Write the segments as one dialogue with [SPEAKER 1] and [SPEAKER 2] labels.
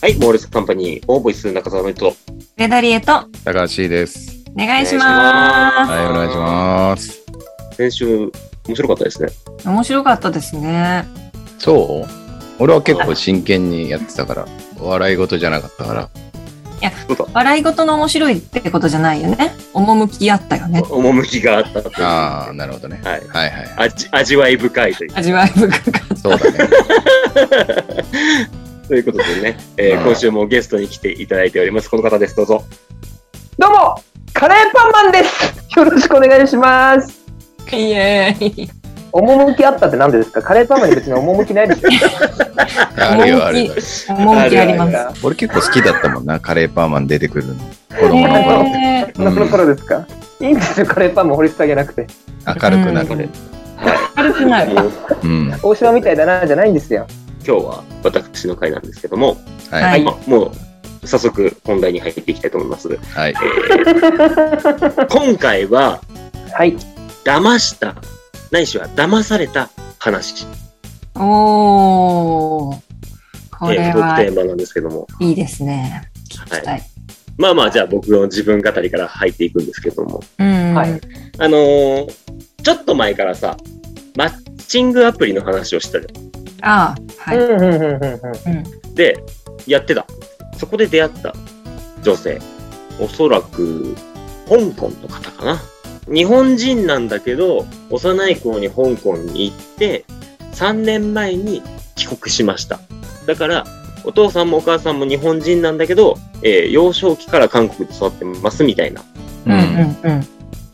[SPEAKER 1] はい、モールスカンパニー、オーボイス中澤めと。
[SPEAKER 2] メダリエと
[SPEAKER 3] 高橋です。
[SPEAKER 2] お願いしま
[SPEAKER 3] はい、お願いします。
[SPEAKER 1] 先週、面白かったですね。
[SPEAKER 2] す。面白かったですね。
[SPEAKER 3] そう俺は結構真剣にやってたから、笑い事じゃなかったから。
[SPEAKER 2] 笑い事の面白いってことじゃないよね。趣あったよね。
[SPEAKER 1] 趣があったという
[SPEAKER 3] ああ、なるほどね。
[SPEAKER 1] はい。
[SPEAKER 3] はいはい。
[SPEAKER 1] 味味わい深いという。
[SPEAKER 2] 味わい深かった。
[SPEAKER 3] そうだね。
[SPEAKER 1] ということでね、えー
[SPEAKER 3] うん
[SPEAKER 1] 今週もゲストに来ていただいております。この方です、どうぞ。
[SPEAKER 4] どうもカレーパンマンですよろしくお願いします
[SPEAKER 2] イエーイ。
[SPEAKER 4] 趣あったって何ですかカレーパンマンに別に趣ないで しょ
[SPEAKER 3] あるよ、あるよ。
[SPEAKER 2] 趣あります。
[SPEAKER 4] な
[SPEAKER 3] 俺結構好きだったもんな、カレーパーマン出てくるの。子供の頃。
[SPEAKER 2] へー
[SPEAKER 4] その頃ですか、いいんですよカレーパンマン掘り下げなくて
[SPEAKER 3] 明るくな
[SPEAKER 1] これ
[SPEAKER 3] る。
[SPEAKER 2] 軽くなる。
[SPEAKER 1] もう
[SPEAKER 3] うん。はい。
[SPEAKER 4] 大島みたいだなじゃないんですよ
[SPEAKER 1] 今日は私の回なんですけども、
[SPEAKER 2] は
[SPEAKER 3] はいい。
[SPEAKER 1] まあもう早速本題に入っていきたいと思います。
[SPEAKER 3] はい。
[SPEAKER 1] 今回は、
[SPEAKER 4] はい
[SPEAKER 1] 騙した、ないしは騙された話、
[SPEAKER 2] おー。
[SPEAKER 1] え
[SPEAKER 2] これ
[SPEAKER 1] ー、トークテー
[SPEAKER 2] は
[SPEAKER 1] マなんですけども、
[SPEAKER 2] いいですね。
[SPEAKER 1] は
[SPEAKER 2] 期
[SPEAKER 1] い
[SPEAKER 2] 待。
[SPEAKER 1] まあまあ、じゃあ僕の自分語りから入っていくんですけども、
[SPEAKER 2] うん。
[SPEAKER 4] は
[SPEAKER 2] はいい。
[SPEAKER 1] あのーちょっと前からさ、マッチングアプリの話をしたじゃ
[SPEAKER 2] ああ、
[SPEAKER 4] うん
[SPEAKER 2] は
[SPEAKER 4] うんうんうんうん
[SPEAKER 2] い。うん。
[SPEAKER 1] ん。で、やってた。そこで出会った女性。おそらく、香港の方かな。日本人なんだけど、幼い頃に香港に行って、3年前に帰国しました。だから、お父さんもお母さんも日本人なんだけど、えー幼少期から韓国で育ってますみたいな。
[SPEAKER 2] う
[SPEAKER 3] うんん。
[SPEAKER 2] うん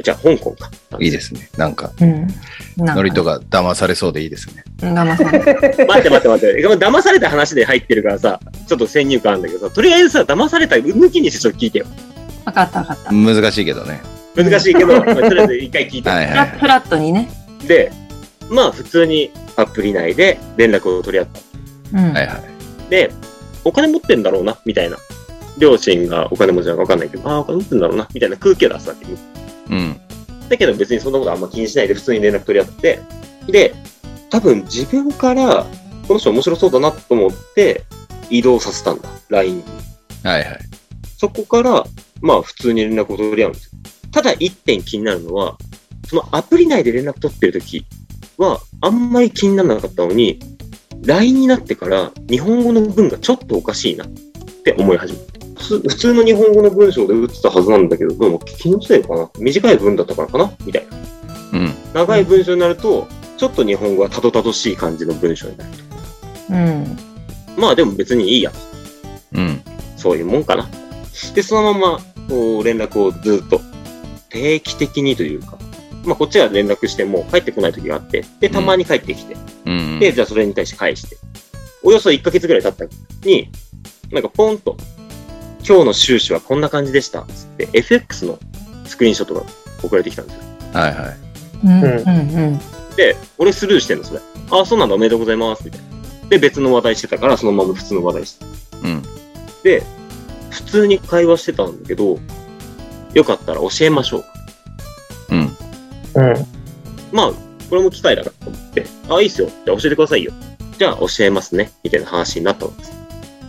[SPEAKER 1] じゃあ、香港か。
[SPEAKER 3] いいですね。なんか、
[SPEAKER 2] うん。うん。
[SPEAKER 3] ノリと
[SPEAKER 2] か。
[SPEAKER 3] か騙されそうでいいですね。
[SPEAKER 2] 騙される。
[SPEAKER 1] 待って待って待って。でも騙された話で入ってるからさ、ちょっと先入観あるんだけどさ、とりあえずさ、騙された抜きにしてちょっと聞いてよ。
[SPEAKER 2] わかったわかった。
[SPEAKER 3] 難しいけどね。
[SPEAKER 1] 難しい けど、まあとりあえず一回聞いて。
[SPEAKER 3] はい
[SPEAKER 2] フ
[SPEAKER 3] はい
[SPEAKER 2] ラ
[SPEAKER 3] は
[SPEAKER 2] フラットにね。
[SPEAKER 1] で、まあ普通にアプリ内で連絡を取り合った。
[SPEAKER 2] うん。
[SPEAKER 3] い。はいはい。
[SPEAKER 1] で、お金持ってんだろうな、みたいな。両親がお金持ちなのかわかんないけど、ああ、お金持ってんだろうな、みたいな空気を出すわけ。
[SPEAKER 3] うん。
[SPEAKER 1] だけど別にそんなことあんま気にしないで普通に連絡取り合って、で、多分自分から、この人面白そうだなと思って、移動させたんだ、LINE に。
[SPEAKER 3] はいはい。
[SPEAKER 1] そこから、まあ普通に連絡を取り合うんですよ。ただ一点気になるのは、そのアプリ内で連絡取ってる時は、あんまり気にならなかったのに、LINE になってから日本語の文がちょっとおかしいなって思い始めた。普通普通の日本語の文章で打ってたはずなんだけど、どうも気のせいかな短い文だったからかなみたいな。
[SPEAKER 3] うん。
[SPEAKER 1] 長い文章になると、ちょっと日本語がたどたどしい感じの文章になる
[SPEAKER 2] うん。
[SPEAKER 1] と。まあでも別にいいや。
[SPEAKER 3] うん。
[SPEAKER 1] そういうもんかな。で、そのまま、こう、連絡をずっと、定期的にというか、まあ、こっちは連絡しても帰ってこない時があって、で、たまに帰ってきて、
[SPEAKER 3] うん。
[SPEAKER 1] で、じゃあそれに対して返して、およそ1ヶ月ぐらい経ったに、なんかポンと、今日の収支はこんな感じでした、つって、FX のスクリーンショットが送られてきたんですよ。
[SPEAKER 3] はいはい。
[SPEAKER 2] うん。うん。
[SPEAKER 1] で、俺スルーしてんの、それ。ああ、そうなんだ、おめでとうございます、みたいな。で、別の話題してたから、そのまま普通の話題して。
[SPEAKER 3] うん。
[SPEAKER 1] で、普通に会話してたんだけど、よかったら教えましょう。
[SPEAKER 3] うん。
[SPEAKER 4] うん
[SPEAKER 1] まあ、これも機会だからと思って、あ、いいっすよ。じゃあ教えてくださいよ。じゃあ教えますね。みたいな話になったわけです。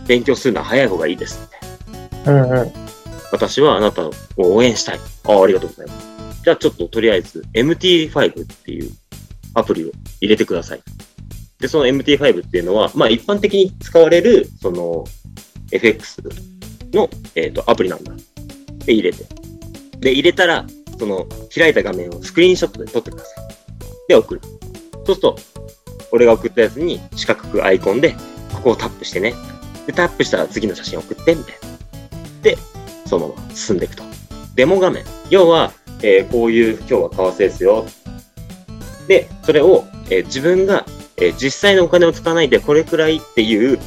[SPEAKER 1] 勉強するのは早い方がいいです。みたいな
[SPEAKER 4] うんうん
[SPEAKER 1] 私はあなたを応援したい。あありがとうございます。じゃあちょっととりあえず MT5 っていうアプリを入れてください。で、その MT5 っていうのは、まあ一般的に使われる、その FX の、えー、とアプリなんだ。で、入れて。で、入れたら、その開いた画面をスクリーンショットで撮ってください。で、送る。そうすると、俺が送ったやつに四角くアイコンで、ここをタップしてね。で、タップしたら次の写真送って、みたいな。で、そのまま進んでいくと。デモ画面。要は、えーこういう、今日は為替ですよ。で、それを、えー自分が、えー実際のお金を使わないで、これくらいっていう、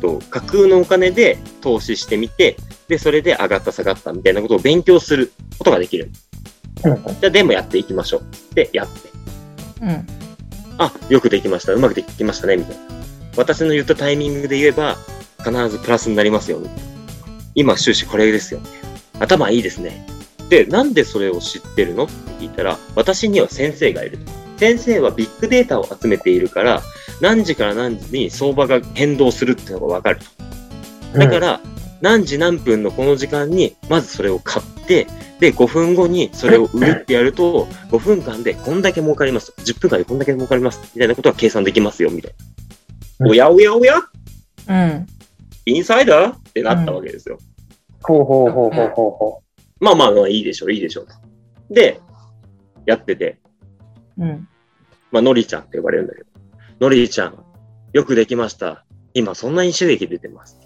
[SPEAKER 1] と架空のお金で投資してみて、で、それで上がった下がったみたいなことを勉強することができる。
[SPEAKER 4] うん
[SPEAKER 1] じゃあ、デモやっていきましょう。で、やって。
[SPEAKER 2] うん。
[SPEAKER 1] あ、よくできました。うまくできましたね、みたいな。私の言ったタイミングで言えば、必ずプラスになりますよ。みたいな今、終始これですよ。みたいな頭いいですね。で、なんでそれを知ってるのって聞いたら、私には先生がいると。先生はビッグデータを集めているから、何時から何時に相場が変動するっていうのがわかると。だから、何時何分のこの時間に、まずそれを買って、で、5分後にそれを売るってやると、5分間でこんだけ儲かります。10分間でこんだけ儲かります。みたいなことは計算できますよ、みたいな。
[SPEAKER 4] うん
[SPEAKER 1] おやおやおや
[SPEAKER 2] うん。
[SPEAKER 1] インサイダーってなったわけですよ。
[SPEAKER 4] ほうほうほうほうほうほ
[SPEAKER 1] まあまあまあ、いいでしょう、いいでしょうと。で、やってて、
[SPEAKER 2] うん。
[SPEAKER 1] まあ、ノリちゃんって呼ばれるんだけど、ノリちゃん、よくできました。今、そんなに収益出てます。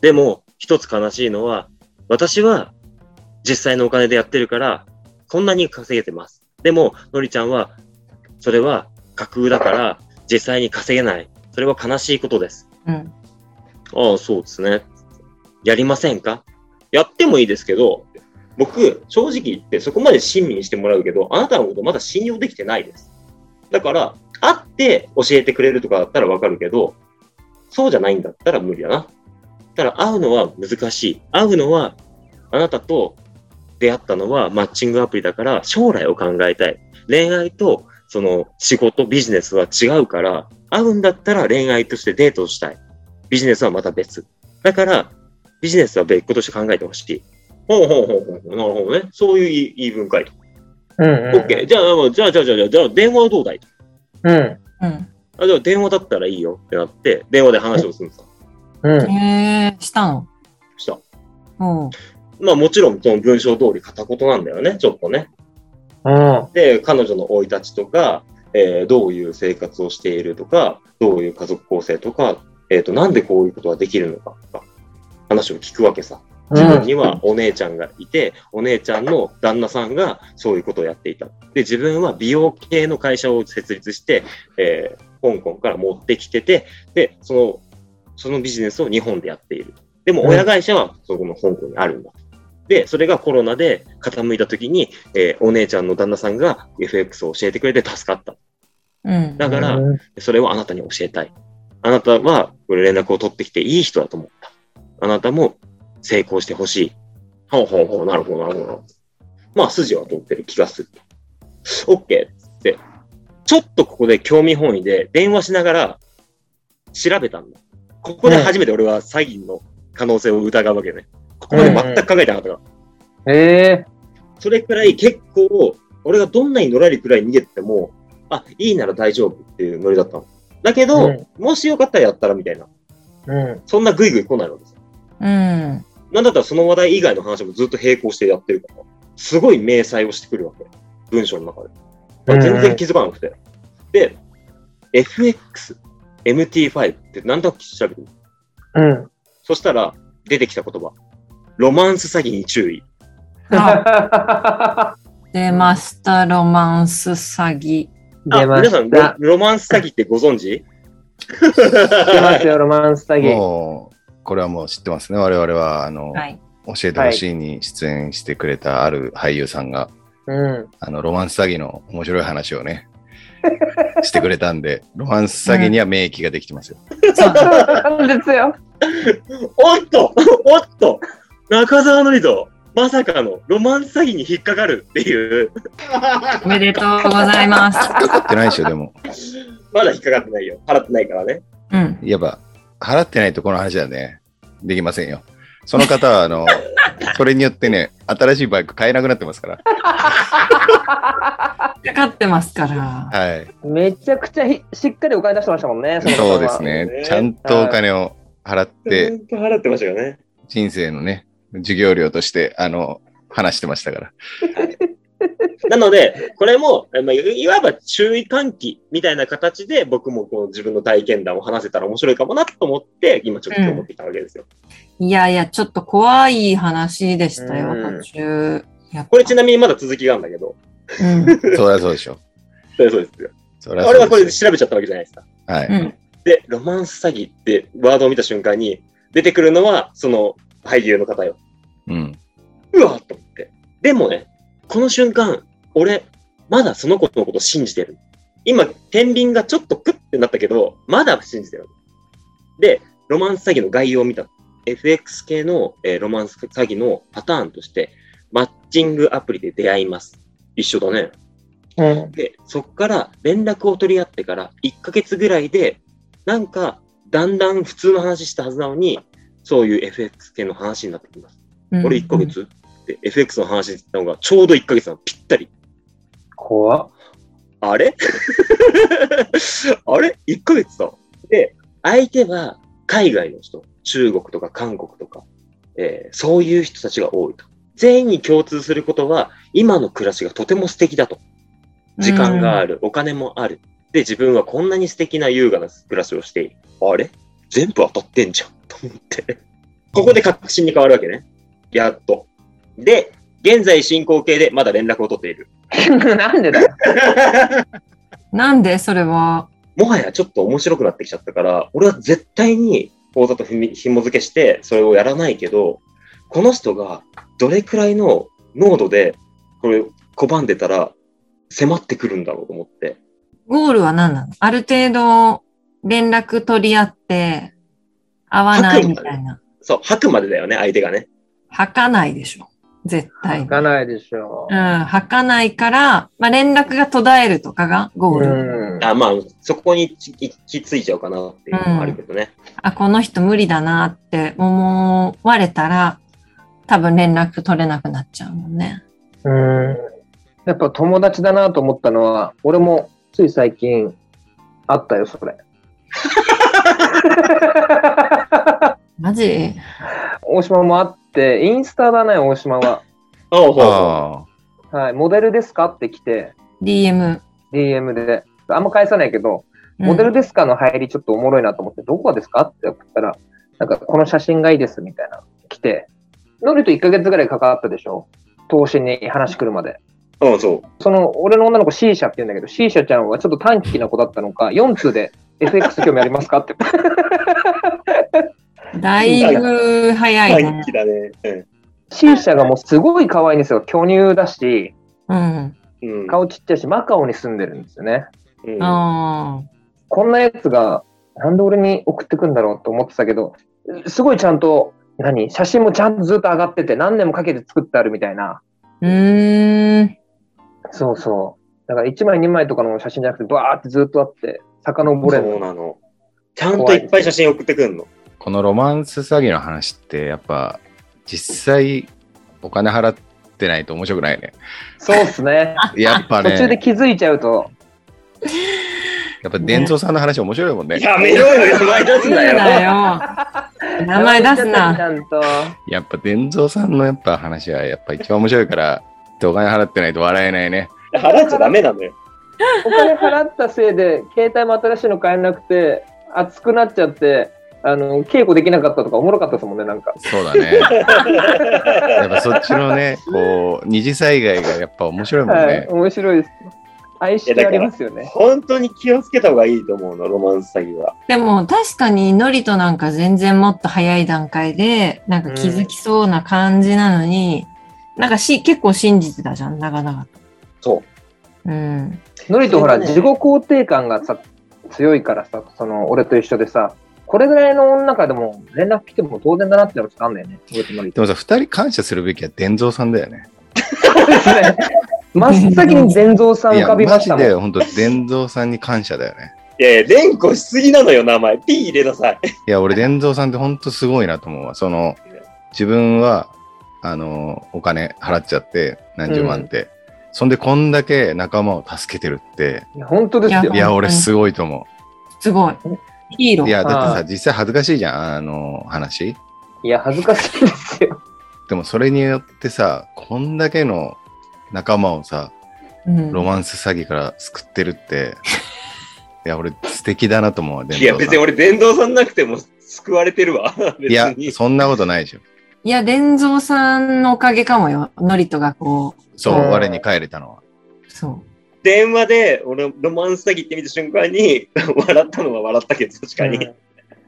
[SPEAKER 1] でも、一つ悲しいのは、私は実際のお金でやってるから、こんなに稼げてます。でも、ノリちゃんは、それは架空だから、実際に稼げない。それは悲しいことです。
[SPEAKER 2] うん。
[SPEAKER 1] ああ、そうですね。やりませんかやってもいいですけど、僕、正直言ってそこまで親身にしてもらうけど、あなたのことまだ信用できてないです。だから、会って教えてくれるとかだったらわかるけど、そうじゃないんだったら無理だな。だから会うのは難しい。会うのは、あなたと出会ったのはマッチングアプリだから、将来を考えたい。恋愛と、その仕事、ビジネスは違うから、会うんだったら恋愛としてデートをしたい。ビジネスはまた別。だから、ビジネスは別個として考えてほしい。ほうほうほうほう。なるほどね。そういう言い言い分解と。
[SPEAKER 4] う。うんうん。
[SPEAKER 1] OK。じゃあ、じゃあ、じゃあ、じゃあ、じゃあじゃあ、電話はどうだい
[SPEAKER 4] うん。
[SPEAKER 2] うん。
[SPEAKER 1] あ、じゃあ、電話だったらいいよってなって、電話で話をするのさ。
[SPEAKER 4] うん。
[SPEAKER 2] えー、したの
[SPEAKER 1] した。
[SPEAKER 2] うん。
[SPEAKER 1] まあ、もちろん、その文章通り片言なんだよね。ちょっとね。
[SPEAKER 4] うん。
[SPEAKER 1] で、彼女の生い立ちとか、えーどういう生活をしているとか、どういう家族構成とか、えっ、と、なんでこういうことができるのかとか、話を聞くわけさ。自分にはお姉ちゃんがいて、お姉ちゃんの旦那さんがそういうことをやっていた。で、自分は美容系の会社を設立して、えー香港から持ってきてて、で、その、そのビジネスを日本でやっている。でも、
[SPEAKER 4] うん
[SPEAKER 1] 親会社はそこの香港にあるんだ。で、それがコロナで傾いた時に、えーお姉ちゃんの旦那さんが FX を教えてくれて助かった。
[SPEAKER 2] うん。
[SPEAKER 1] だから
[SPEAKER 4] うん
[SPEAKER 1] それをあなたに教えたい。あなたは、これ連絡を取ってきていい人だと思った。あなたも成功してほしい。ほうほうほう、なるほど、なるほどなるほど。まあ、筋は通ってる気がする。OK って、ちょっとここで興味本位で電話しながら調べたんだ。ここで初めて俺は詐欺の可能性を疑うわけね。ここまで全く考えてなかったから。
[SPEAKER 4] ええ。
[SPEAKER 1] それくらい結構、俺がどんなにのらりくらい逃げてても、あ、いいなら大丈夫っていうノリだったの。だけど、
[SPEAKER 4] うん
[SPEAKER 1] もしよかったらやったらみたいな。
[SPEAKER 4] うん。
[SPEAKER 1] そんなグイグイ来ないわけですよ。
[SPEAKER 2] うん。
[SPEAKER 1] なんだったらその話題以外の話もずっと並行してやってるから、すごい明細をしてくるわけ。文章の中で。まあ全然気づかなくて。で、FX、MT5 って何だか調べてみた
[SPEAKER 4] うん。
[SPEAKER 1] そしたら、出てきた言葉。ロマンス詐欺に注意。
[SPEAKER 2] あ、出ました、ロマンス詐欺。
[SPEAKER 1] あ、
[SPEAKER 4] 出ま
[SPEAKER 1] 皆
[SPEAKER 4] し
[SPEAKER 1] さんロ
[SPEAKER 4] た。、
[SPEAKER 1] ロマンス詐欺ってご存知
[SPEAKER 4] 出ますよ、ロマンス詐欺。
[SPEAKER 3] もう、これはもう知ってますね。我々は、あの、
[SPEAKER 2] はい。
[SPEAKER 3] 教えてほしいに出演してくれたある俳優さんが、
[SPEAKER 4] うん。
[SPEAKER 3] あの、ロマンス詐欺の面白い話を ね、してくれたんで、ロマンス詐欺には免疫ができてますよ。
[SPEAKER 2] そうだ
[SPEAKER 4] そうなんですよ。
[SPEAKER 1] おっとおっと中澤のりと、まさかのロマンス詐欺に引っかかるっていう。
[SPEAKER 2] おめでとうございます。
[SPEAKER 3] やってないでしょ、でも。
[SPEAKER 1] まだ引っかかってないよ。払ってないからね。
[SPEAKER 2] うん。
[SPEAKER 3] いわば、払ってないとこの話はね、できませんよ。その方は、あ の、それによってね、新しいバイク買えなくなってますから。
[SPEAKER 2] かかってますから。
[SPEAKER 3] はい。
[SPEAKER 4] めちゃくちゃひしっかりお金出してましたもんね。の方は
[SPEAKER 3] そうですね。ちゃんとお金を払って、
[SPEAKER 1] ちゃんと払ってましたよね。
[SPEAKER 3] 人生のね、授業料として、あの、話してましたから。
[SPEAKER 1] なので、これも、えまあ、いいわば注意喚起みたいな形で、僕もこう自分の体験談を話せたら面白いかもなと思って、今ちょっと今日持ってきたわけですよ。
[SPEAKER 2] いやいや、ちょっと怖い話でしたよ、
[SPEAKER 1] うん
[SPEAKER 2] 途中。やっぱ
[SPEAKER 1] これちなみにまだ続きがあるんだけど、
[SPEAKER 2] うん。
[SPEAKER 3] そりゃそうでしょ。
[SPEAKER 1] そうそうですよ。
[SPEAKER 3] そりゃそう
[SPEAKER 1] 俺はこれ
[SPEAKER 3] で
[SPEAKER 1] です調べちゃったわけじゃないですか。
[SPEAKER 3] よ。は
[SPEAKER 2] う
[SPEAKER 3] い。
[SPEAKER 2] ん。
[SPEAKER 1] で、ロマンス詐欺ってワードを見た瞬間に、出てくるのは、その俳優の方よ。
[SPEAKER 3] うん。
[SPEAKER 1] うわーっと思って。でもね、この瞬間、俺、まだその子のことを信じてる。今、天秤がちょっとクッてなったけど、まだ信じてる。で、ロマンス詐欺の概要を見た。FX 系の、えーロマンス詐欺のパターンとして、マッチングアプリで出会います。一緒だね。
[SPEAKER 4] うん。
[SPEAKER 1] で、そっから連絡を取り合ってから1ヶ月ぐらいで、なんか、だんだん普通の話したはずなのに、そういう FX 系の話になってきます。
[SPEAKER 2] うん
[SPEAKER 1] 俺1ヶ月って、FX の話って言ったのが、ちょうど1ヶ月なの、ぴったり。
[SPEAKER 4] 怖っ。
[SPEAKER 1] あれ あれ ?1 ヶ月だ。で、相手は海外の人、中国とか韓国とか、えーそういう人たちが多いと。全員に共通することは、今の暮らしがとても素敵だと。時間がある、お金もある。で、自分はこんなに素敵な優雅な暮らしをしている。あれ全部当たってんじゃん。と思って。ここで確信に変わるわけね。やっと。で、現在進行形でまだ連絡を取っている。
[SPEAKER 4] なんでだよ。
[SPEAKER 2] なんでそれは。
[SPEAKER 1] もはやちょっと面白くなってきちゃったから、俺は絶対に講座とひみ紐付けして、それをやらないけど、この人がどれくらいの濃度で、これ、拒んでたら、迫ってくるんだろうと思って。
[SPEAKER 2] ゴールは何なのある程度連絡取り合って、合わないみたいな。
[SPEAKER 1] そう、吐くまでだよね、相手がね。
[SPEAKER 2] 吐かないでしょ。絶対
[SPEAKER 4] 行
[SPEAKER 2] に。
[SPEAKER 4] かないでしょ
[SPEAKER 2] う。ん、吐かないから、まあ、連絡が途絶えるとかがゴー
[SPEAKER 4] う
[SPEAKER 2] ル。
[SPEAKER 4] ん。
[SPEAKER 1] あまあ、そこに行き行き着いちゃうかなっていうのもあるけどね。
[SPEAKER 2] あ、この人無理だなって思われたら、多分連絡取れなくなっちゃうもんね。
[SPEAKER 4] うん。やっぱ友達だなと思ったのは、俺もつい最近あったよ、それ。
[SPEAKER 2] マジ
[SPEAKER 4] 大島もあって、インスタだね、大島は。
[SPEAKER 1] ああ、ほうほ
[SPEAKER 3] あ
[SPEAKER 4] はい、モデルですかって来て、
[SPEAKER 2] ?DM。
[SPEAKER 4] DM で。あんま返さないけど、
[SPEAKER 2] うん
[SPEAKER 4] モデルですかの入りちょっとおもろいなと思って、どこがですかって送ったら、なんかこの写真がいいですみたいな、来て、ノリと1ヶ月ぐらいかかったでしょ投資に話来るまで。
[SPEAKER 1] う。うん、そう。
[SPEAKER 4] その、俺の女の子 C 社って言うんだけど、C 社ちゃんはちょっと短期な子だったのか、4通で FX 興味ありますかって。
[SPEAKER 2] だいぶ早いね。
[SPEAKER 1] 気だね。うん。
[SPEAKER 4] C 社がもうすごい可愛いんですよ。巨乳だし、
[SPEAKER 2] うん。
[SPEAKER 1] うん
[SPEAKER 4] 顔ちっちゃいし、マカオに住んでるんですよね。
[SPEAKER 1] うん
[SPEAKER 2] あ
[SPEAKER 4] こんなやつが、なんで俺に送ってくんだろうと思ってたけど、すごいちゃんと、何写真もちゃんとずっと上がってて、何年もかけて作ってあるみたいな。
[SPEAKER 2] ーうーん。
[SPEAKER 4] そうそう。だから1枚2枚とかの写真じゃなくて、バーってずっとあって、遡れる
[SPEAKER 1] そうなの。ちゃんといっぱい写真送ってくんの。
[SPEAKER 3] ーこのロマンス詐欺の話って、やっぱ、実際、お金払ってないと面白くないね。
[SPEAKER 4] そうっすね。
[SPEAKER 3] やっぱ
[SPEAKER 4] 途
[SPEAKER 3] ね、
[SPEAKER 4] 中で気づいちゃうと、
[SPEAKER 3] やっぱ、伝蔵さんの話面白いもんね。
[SPEAKER 1] やめろよ、名前出す
[SPEAKER 2] そう
[SPEAKER 1] な
[SPEAKER 2] だ
[SPEAKER 1] よ。
[SPEAKER 2] よ。名前出す
[SPEAKER 4] ち
[SPEAKER 2] な。
[SPEAKER 4] ゃんと。
[SPEAKER 3] やっぱ、伝蔵さんのやっぱ話は、やっぱ一番面白いから、お金払ってないと笑えないね。
[SPEAKER 1] 払っちゃダメなのよ。
[SPEAKER 4] お金払ったせいで、携帯も新しいの買えなくて、熱くなっちゃって、あの、稽古できなかったとかおもろかったですもんね、なんか。
[SPEAKER 3] そうだ ね。やっぱそっちのね、こう、二次災害がやっぱ面白いもん
[SPEAKER 4] はい、
[SPEAKER 3] ね。
[SPEAKER 4] 面白いです。愛してありますよね。
[SPEAKER 1] 本当に気をつけた方がいいと思うの、ロマンス詐欺は。
[SPEAKER 2] でも確かにノリとなんか全然もっと早い段階で、なんか気づきそうな感じなのに、なんかし、結構信じてたじゃん、長々と。
[SPEAKER 1] そう。
[SPEAKER 2] うん。
[SPEAKER 4] ノリとほら、
[SPEAKER 1] そうだね
[SPEAKER 4] 自己肯定感がさ、強いからさ、その、俺と一緒でさ、これぐらいの女からでも連絡来ても当然だなってのがちょっとあんだよね。俺とノリ
[SPEAKER 3] でもさ、二人感謝するべきは伝蔵さんだよね。
[SPEAKER 4] そうですね。真っ先に全蔵さん
[SPEAKER 3] い
[SPEAKER 4] 浮か
[SPEAKER 3] や、
[SPEAKER 4] び
[SPEAKER 3] マ
[SPEAKER 4] まし
[SPEAKER 3] ジ
[SPEAKER 4] たもん。
[SPEAKER 3] で本当伝蔵さんに感謝だよね。
[SPEAKER 1] いやいや、連呼しすぎなのよ、名前。P 入れなさい。
[SPEAKER 3] いや、俺、伝蔵さんって本当すごいなと思うわ。その、自分は、あの、お金払っちゃって、何十万って。そんで、こんだけ仲間を助けてるって、
[SPEAKER 4] いや本当ですよ
[SPEAKER 2] うん
[SPEAKER 3] い。や、俺、すごいと思
[SPEAKER 2] すごい。ヒーロ
[SPEAKER 3] う。
[SPEAKER 2] ー。
[SPEAKER 3] いや、だって
[SPEAKER 4] は
[SPEAKER 3] さ、実際恥ずかしいじゃん、あの話。
[SPEAKER 4] いや、恥ずかしいですよ。
[SPEAKER 3] でも、それによってさ、こんだけの仲間をさ、
[SPEAKER 2] うん
[SPEAKER 3] ロマンス詐欺から救ってるって、いや、俺、素敵だなと思うわ、伝
[SPEAKER 1] いや、
[SPEAKER 3] 蔵
[SPEAKER 1] 別
[SPEAKER 3] さ
[SPEAKER 1] に
[SPEAKER 3] ん。
[SPEAKER 1] 俺、電動さんなくても救われてるわ。別
[SPEAKER 3] いや
[SPEAKER 1] に。、
[SPEAKER 3] そんなことないでしょ。
[SPEAKER 2] いや、伝蔵さんのおかげかもよ。ノリとがこ
[SPEAKER 3] そう、
[SPEAKER 4] うん
[SPEAKER 3] 我に帰れたのは。
[SPEAKER 2] う、そ
[SPEAKER 1] 電話で、俺、ロマンス詐欺って見た瞬間に、 笑ったのは笑ったけど、確かに。
[SPEAKER 4] うん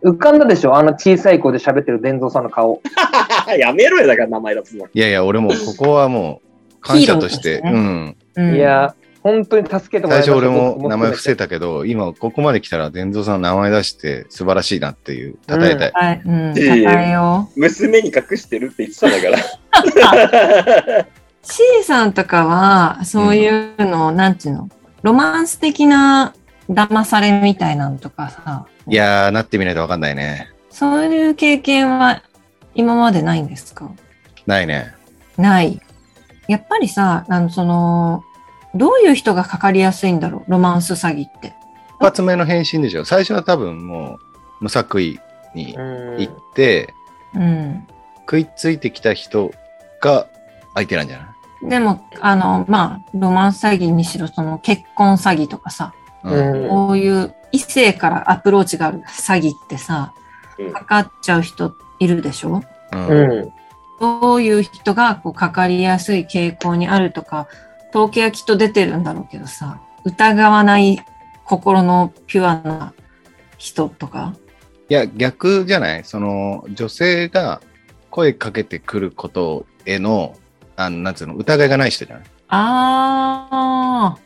[SPEAKER 4] 浮かんだでしょあの小さい子で喋ってる伝蔵さんの顔。
[SPEAKER 1] やめろよ、だから名前出すの。
[SPEAKER 3] いやいや、俺もうここはもう感謝として、
[SPEAKER 2] ヒーローとしてね
[SPEAKER 3] うん。
[SPEAKER 2] う。うん、
[SPEAKER 4] いや、本当に助けてもら
[SPEAKER 3] 最
[SPEAKER 4] い
[SPEAKER 3] 初
[SPEAKER 4] まし
[SPEAKER 3] 俺
[SPEAKER 4] た
[SPEAKER 3] も名前伏せ
[SPEAKER 4] せ
[SPEAKER 3] たけど、今ここまで来たら、伝蔵さんの名前出して素晴らしいなっていう、叩いたい。
[SPEAKER 2] はい、うん、
[SPEAKER 1] いえいえ
[SPEAKER 2] 高いよ。
[SPEAKER 1] 娘に隠してるって言ってたんだから。
[SPEAKER 2] C さんとかは、そういうの、なんていうの、ロマンス的な騙されみたいなのとかさ、
[SPEAKER 3] いやー、なってみないとわかんないね。
[SPEAKER 2] そういう経験は今までないんですか
[SPEAKER 3] ないね。
[SPEAKER 2] ない。やっぱりさ、あの、その、どういう人がかかりやすいんだろうロマンス詐欺って。
[SPEAKER 3] 一発目の返信でしょ。最初は多分もう無作為に
[SPEAKER 4] うん
[SPEAKER 3] 行って、
[SPEAKER 2] うん。
[SPEAKER 3] 食いついてきた人が相手なんじゃない
[SPEAKER 2] でも、あの、まあ、ロマンス詐欺にしろ、その結婚詐欺とかさ、
[SPEAKER 4] うん
[SPEAKER 2] こういう異性からアプローチがある詐欺ってさ
[SPEAKER 1] う、ん
[SPEAKER 2] かかっちゃう人いるでしょ
[SPEAKER 3] うん
[SPEAKER 4] うん
[SPEAKER 2] どういう人がこうかかりやすい傾向にあるとか、統計はきっと出てるんだろうけどさ、疑わない心のピュアな人とか。
[SPEAKER 3] いや、逆じゃないその、女性が声かけてくることへの、あの、なんつうの、疑いがない人じゃない
[SPEAKER 2] あ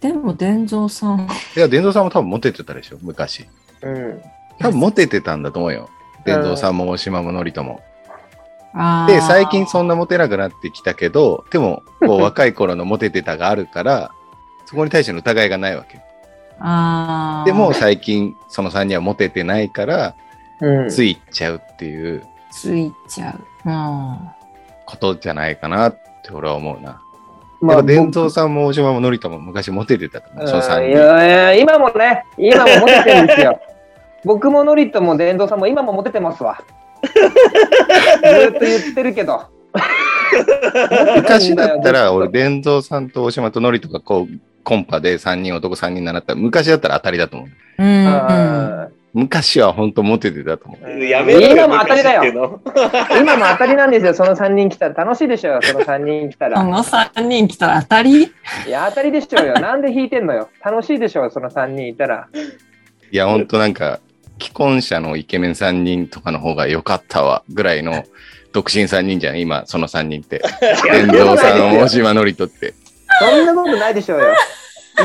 [SPEAKER 2] ー、でも、伝蔵さん。
[SPEAKER 3] いや、伝蔵さんも多分モテてたでしょ、昔。
[SPEAKER 4] うん
[SPEAKER 3] 多分モテてたんだと思うよ。伝蔵さんも大島もりとも。
[SPEAKER 2] あー
[SPEAKER 3] で、最近そんなモテなくなってきたけど、でも、こう、若い頃のモテてたがあるから、そこに対しての疑いがないわけ。
[SPEAKER 2] あー
[SPEAKER 3] でも、、最近、その3人はモテてないから、
[SPEAKER 4] うん
[SPEAKER 3] つい行っちゃうっていう
[SPEAKER 2] ついちゃう。うん。
[SPEAKER 3] ことじゃないかなって俺は思うな。
[SPEAKER 4] ま
[SPEAKER 3] ま
[SPEAKER 4] あ
[SPEAKER 3] あ、伝蔵さんも大島もりとも昔モテてたと思う、その
[SPEAKER 4] うんい
[SPEAKER 3] 3人。
[SPEAKER 4] やいや、今もね、今もモテてるんですよ。 僕もノリとも伝道さんも今もモテてま すわ。ずーっと言ってるけど。
[SPEAKER 3] 昔だったら、俺、伝蔵さんと大島とのりとか、こう、コンパで3人、男3人習ったら、昔だったら当たりだと思う。
[SPEAKER 2] う
[SPEAKER 4] うん
[SPEAKER 2] うん。
[SPEAKER 4] ん
[SPEAKER 3] 昔は本当モテてたと思う。
[SPEAKER 1] やめろよ
[SPEAKER 4] 今も当たりだよ。
[SPEAKER 1] よ。
[SPEAKER 4] 今も当たりなんですよ、その3人来たら。楽しいでしょうよ、その3人来た
[SPEAKER 2] こ
[SPEAKER 4] ら。
[SPEAKER 2] の3人来たら当たり
[SPEAKER 4] いや、当たりでしょうよ。なんで弾いてんのよ。楽しいでしょうよ、その3人いたら。
[SPEAKER 3] いや、本当なんか、既婚者のイケメン3人とかの方が良かったわ、ぐらいの、独身3人じゃん、今、その3人って。伝蔵さん、大島のりとって。
[SPEAKER 4] そんなことないでしょうよ。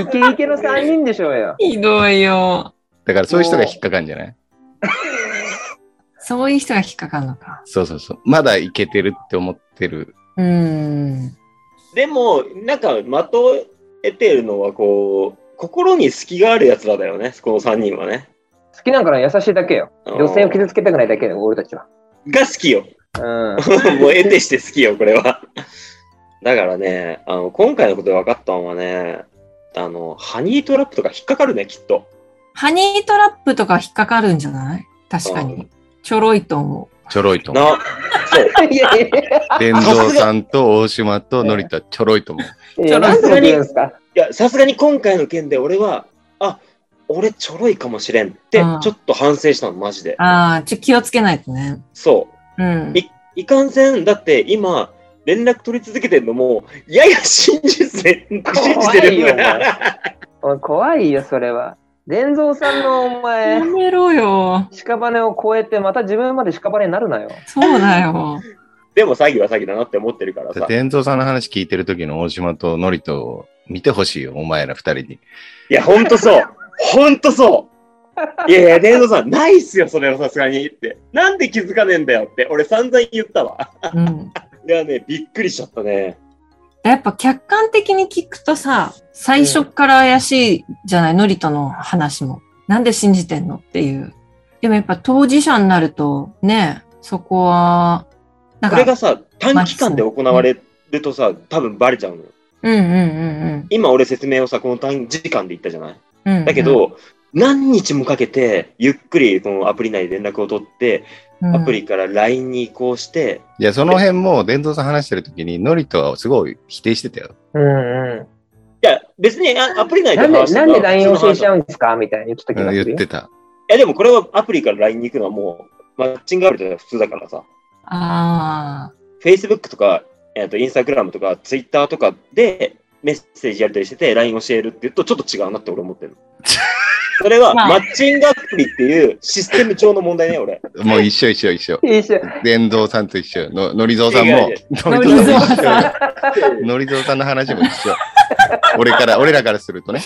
[SPEAKER 4] イケイケの3人でしょうよ。
[SPEAKER 2] ひどいよ。
[SPEAKER 3] だから、そういう人が引っかかるんじゃない
[SPEAKER 2] そういう人が引っかかるのか。
[SPEAKER 3] そうそうそう。まだいけてるって思ってる。
[SPEAKER 2] うん。
[SPEAKER 1] でも、なんか、まとえてるのは、こう、心に隙があるやつらだよね、この3人はね。
[SPEAKER 4] 好きなんかな優しいだけよ。
[SPEAKER 1] うん
[SPEAKER 4] 女性を傷つけたくないだけよ、俺たちは。
[SPEAKER 1] が好きよ。
[SPEAKER 4] うん。
[SPEAKER 1] もう得てして好きよ、これは。だからね、あの、今回のことで分かったのはね、あの、ハニートラップとか引っかかるね、きっと。
[SPEAKER 2] ハニートラップとか引っかかるんじゃない確か
[SPEAKER 1] う
[SPEAKER 2] に
[SPEAKER 1] ん。
[SPEAKER 2] ちょろいと思
[SPEAKER 3] ちょろいと思う。
[SPEAKER 1] な、そう。
[SPEAKER 4] いやいや
[SPEAKER 3] 伝蔵さんと大島とのりとはちょろいと思う。
[SPEAKER 4] いや、なんてこと言うんですか。
[SPEAKER 1] いや、さすがに今回の件で俺は、あ、俺ちょろいかもしれんって、
[SPEAKER 2] うん
[SPEAKER 1] ちょっと反省したの、マジで
[SPEAKER 2] う。。ああ、ちょ、気をつけないとね。
[SPEAKER 1] そ
[SPEAKER 2] うん
[SPEAKER 1] う。。い、いかんせん、だって今、連絡取り続けてんのも、やや真実で、信じてる
[SPEAKER 4] 怖いよお前おい 怖いよ、それは。伝蔵さんのお前
[SPEAKER 2] や、めろよ。
[SPEAKER 4] 屍を越えて、また自分まで屍になるなよ。
[SPEAKER 2] そうだ よ。
[SPEAKER 1] でも詐欺は詐欺だなって思ってるからさ。
[SPEAKER 3] 伝蔵さんの話聞いてる時の大島とのりとを見てほしいよ、お前ら2人に。
[SPEAKER 1] いや、ほんとそう。ほんとそう。いやいや、デンドさん、ないっすよ、それはさすがにって。なんで気づかねえんだよって、俺散々言ったわ。
[SPEAKER 2] うん。
[SPEAKER 1] いやね、びっくりしちゃったね。
[SPEAKER 2] やっぱ客観的に聞くとさ、最初から怪しいじゃない、ノリとの話も。なんで信じてんのっていう。でもやっぱ当事者になると、ね、そこは、なん
[SPEAKER 1] こ
[SPEAKER 2] か、
[SPEAKER 1] れがさ、短期間で行われるとさ、多分バレちゃうのよ。
[SPEAKER 2] うんうんうん
[SPEAKER 1] 今俺説明をさ、この短時間で言ったじゃない
[SPEAKER 2] うんうん。
[SPEAKER 1] だけ、ど、何日もかけて、ゆっくりこのアプリ内で連絡を取って、アプ。リから LINE に移行して、
[SPEAKER 3] いや、その辺も、伝蔵さん話してる時に、ノリとはすごい否定してたよ。
[SPEAKER 4] うんう
[SPEAKER 1] いや、別にあアプリ内
[SPEAKER 4] ん。
[SPEAKER 1] で
[SPEAKER 4] なん
[SPEAKER 1] 話
[SPEAKER 4] で、
[SPEAKER 1] して
[SPEAKER 4] なんで LINE を教えち
[SPEAKER 1] ゃ
[SPEAKER 4] ゃ
[SPEAKER 1] う
[SPEAKER 4] うんですかみたいに言ってた気
[SPEAKER 3] うん
[SPEAKER 4] がす
[SPEAKER 3] 言っ
[SPEAKER 4] るよ。
[SPEAKER 3] てた。
[SPEAKER 1] いや、でもこれはアプリから LINE に行くのはもう、マッチングアプリでは普通だからさ。
[SPEAKER 2] あ
[SPEAKER 1] Facebook とか、えっと Instagram とか Twitter とかでメッセージやり取りしてて LINE 教えるって言うとちょっと違うなって俺思 ってるの。それは
[SPEAKER 2] まあ
[SPEAKER 1] マッチングアプリっていうシステム上の問題ね、 俺。
[SPEAKER 3] もう一緒一緒一緒。
[SPEAKER 4] 一緒。
[SPEAKER 3] 伝蔵さんと一緒よ。ののりぞうさんも
[SPEAKER 1] 違う違。
[SPEAKER 2] あ。
[SPEAKER 3] の
[SPEAKER 2] ノ
[SPEAKER 3] り
[SPEAKER 2] リ
[SPEAKER 3] ぞう
[SPEAKER 2] ゾ
[SPEAKER 3] さ
[SPEAKER 2] ー
[SPEAKER 3] んも一緒よ
[SPEAKER 2] さ
[SPEAKER 3] のりぞうさんの話も一緒。俺から、俺らからするとね。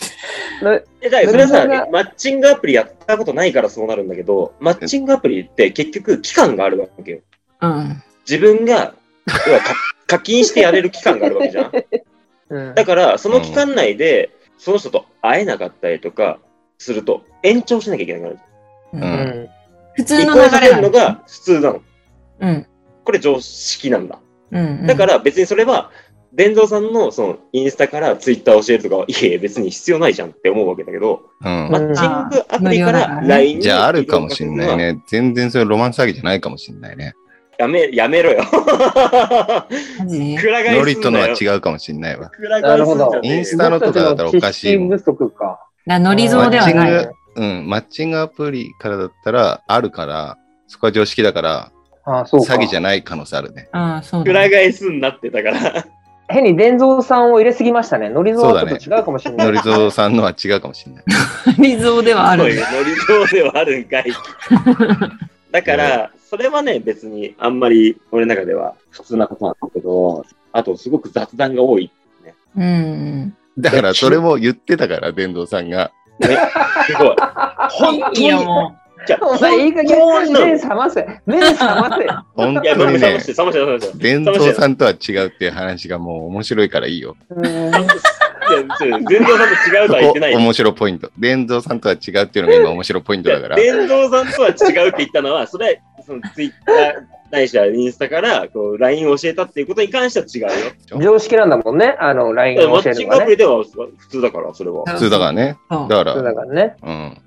[SPEAKER 4] の
[SPEAKER 1] えだからそれは
[SPEAKER 4] そ
[SPEAKER 1] さ
[SPEAKER 4] れが、
[SPEAKER 1] マッチングアプリやったことないからそうなるんだけど、マッチングアプリって結局期間があるわけよ。
[SPEAKER 2] ん。うん。
[SPEAKER 1] 自分が要 はか課金してやれる期間があるわけじゃん。
[SPEAKER 4] うん
[SPEAKER 1] だから、その期間内で、その人と会えなかったりとかすると、延長しなきゃいけなくなる。
[SPEAKER 2] う
[SPEAKER 3] うん
[SPEAKER 2] ん
[SPEAKER 4] うん
[SPEAKER 2] 普通の
[SPEAKER 1] 移行
[SPEAKER 2] 流
[SPEAKER 1] され
[SPEAKER 2] れ
[SPEAKER 1] るの
[SPEAKER 2] なの
[SPEAKER 1] が普通なの。
[SPEAKER 2] うん。
[SPEAKER 1] これ常識なんだ。
[SPEAKER 2] うん。、
[SPEAKER 1] だからら別にそれは、伝蔵さんのそのインスタからツイッター教えるとかは、いえいえ、別に必要ないじゃんって思うわけだけど、
[SPEAKER 3] うん
[SPEAKER 1] マ
[SPEAKER 4] うん
[SPEAKER 1] ッチングアプリか
[SPEAKER 2] 無料だから
[SPEAKER 1] ら
[SPEAKER 2] ね
[SPEAKER 1] LINE に
[SPEAKER 3] じゃああるかもしんない。ね。全然それロマンス詐欺じゃないかもしんないね。
[SPEAKER 1] やめ、やめろよ。くら替えすん
[SPEAKER 2] マジ
[SPEAKER 1] なよ。
[SPEAKER 3] ノリとのは違うかもしんないわ。
[SPEAKER 1] くら替えすんじゃねえよ
[SPEAKER 4] なるほど
[SPEAKER 3] インスタのとかだったらおかしいもん
[SPEAKER 4] 僕たちの知識不足か。
[SPEAKER 2] なノリゾーでは
[SPEAKER 3] マッチン
[SPEAKER 2] な
[SPEAKER 3] グ
[SPEAKER 2] い。
[SPEAKER 3] うん、マッチングアプリからだったらあるから、そこは常識だから、
[SPEAKER 4] ああ、そうか。
[SPEAKER 3] 詐欺じゃない可能性あるね。
[SPEAKER 2] ああ、そう
[SPEAKER 1] く
[SPEAKER 2] だ
[SPEAKER 1] ら
[SPEAKER 2] ね。
[SPEAKER 1] 替えすんなってだから。
[SPEAKER 4] 変に伝蔵さんを入れすぎましたね。ノリゾーはちょっと違うかもしれない。
[SPEAKER 3] ノリゾウさんのは違うかもしんない。
[SPEAKER 2] ノリゾーではあ
[SPEAKER 1] そう
[SPEAKER 2] る。
[SPEAKER 1] よノリゾーではあるん かい。だから、それはね、別にあんまり俺の中では普通なことなんだけど、あとすごく雑談が多い。
[SPEAKER 2] うん。
[SPEAKER 3] だからそれも言ってたから、伝道さんが。
[SPEAKER 1] ね、す ごい。本当に、
[SPEAKER 2] いやも
[SPEAKER 1] じゃあ、
[SPEAKER 4] お
[SPEAKER 1] 本当
[SPEAKER 4] 前いい加減
[SPEAKER 1] になの
[SPEAKER 4] 目覚ませ。目覚ませ。
[SPEAKER 3] 本
[SPEAKER 1] いや、
[SPEAKER 3] 当
[SPEAKER 1] ごめ
[SPEAKER 3] に
[SPEAKER 1] ん、冷ま
[SPEAKER 3] ね
[SPEAKER 1] し、て、冷まして、冷まして。
[SPEAKER 3] 伝道さんとは違うっていう話がもう面白いからいいよ。
[SPEAKER 4] うん
[SPEAKER 1] いや、そう全然さんと違うとは言ってない
[SPEAKER 3] お
[SPEAKER 1] よ。
[SPEAKER 3] 面白ポイント。伝道さんとは違うっていうのが今面白ポイントだから。
[SPEAKER 1] 伝道さんとは違うって言ったのは、それはそのツイッターないしはインスタからこう LINE を教えたっていうことに関しては違うよ。
[SPEAKER 4] 常識なんだもんね。あの、LINE
[SPEAKER 1] マ
[SPEAKER 4] を教え
[SPEAKER 1] ッ
[SPEAKER 4] る
[SPEAKER 1] チン
[SPEAKER 4] の
[SPEAKER 1] グア
[SPEAKER 4] が
[SPEAKER 1] プリ
[SPEAKER 4] ね。
[SPEAKER 1] では普通だから、それは。
[SPEAKER 3] 普通だからね。
[SPEAKER 2] う。そう
[SPEAKER 3] だか
[SPEAKER 4] そう
[SPEAKER 3] ら
[SPEAKER 4] だ、から ね。
[SPEAKER 3] うん。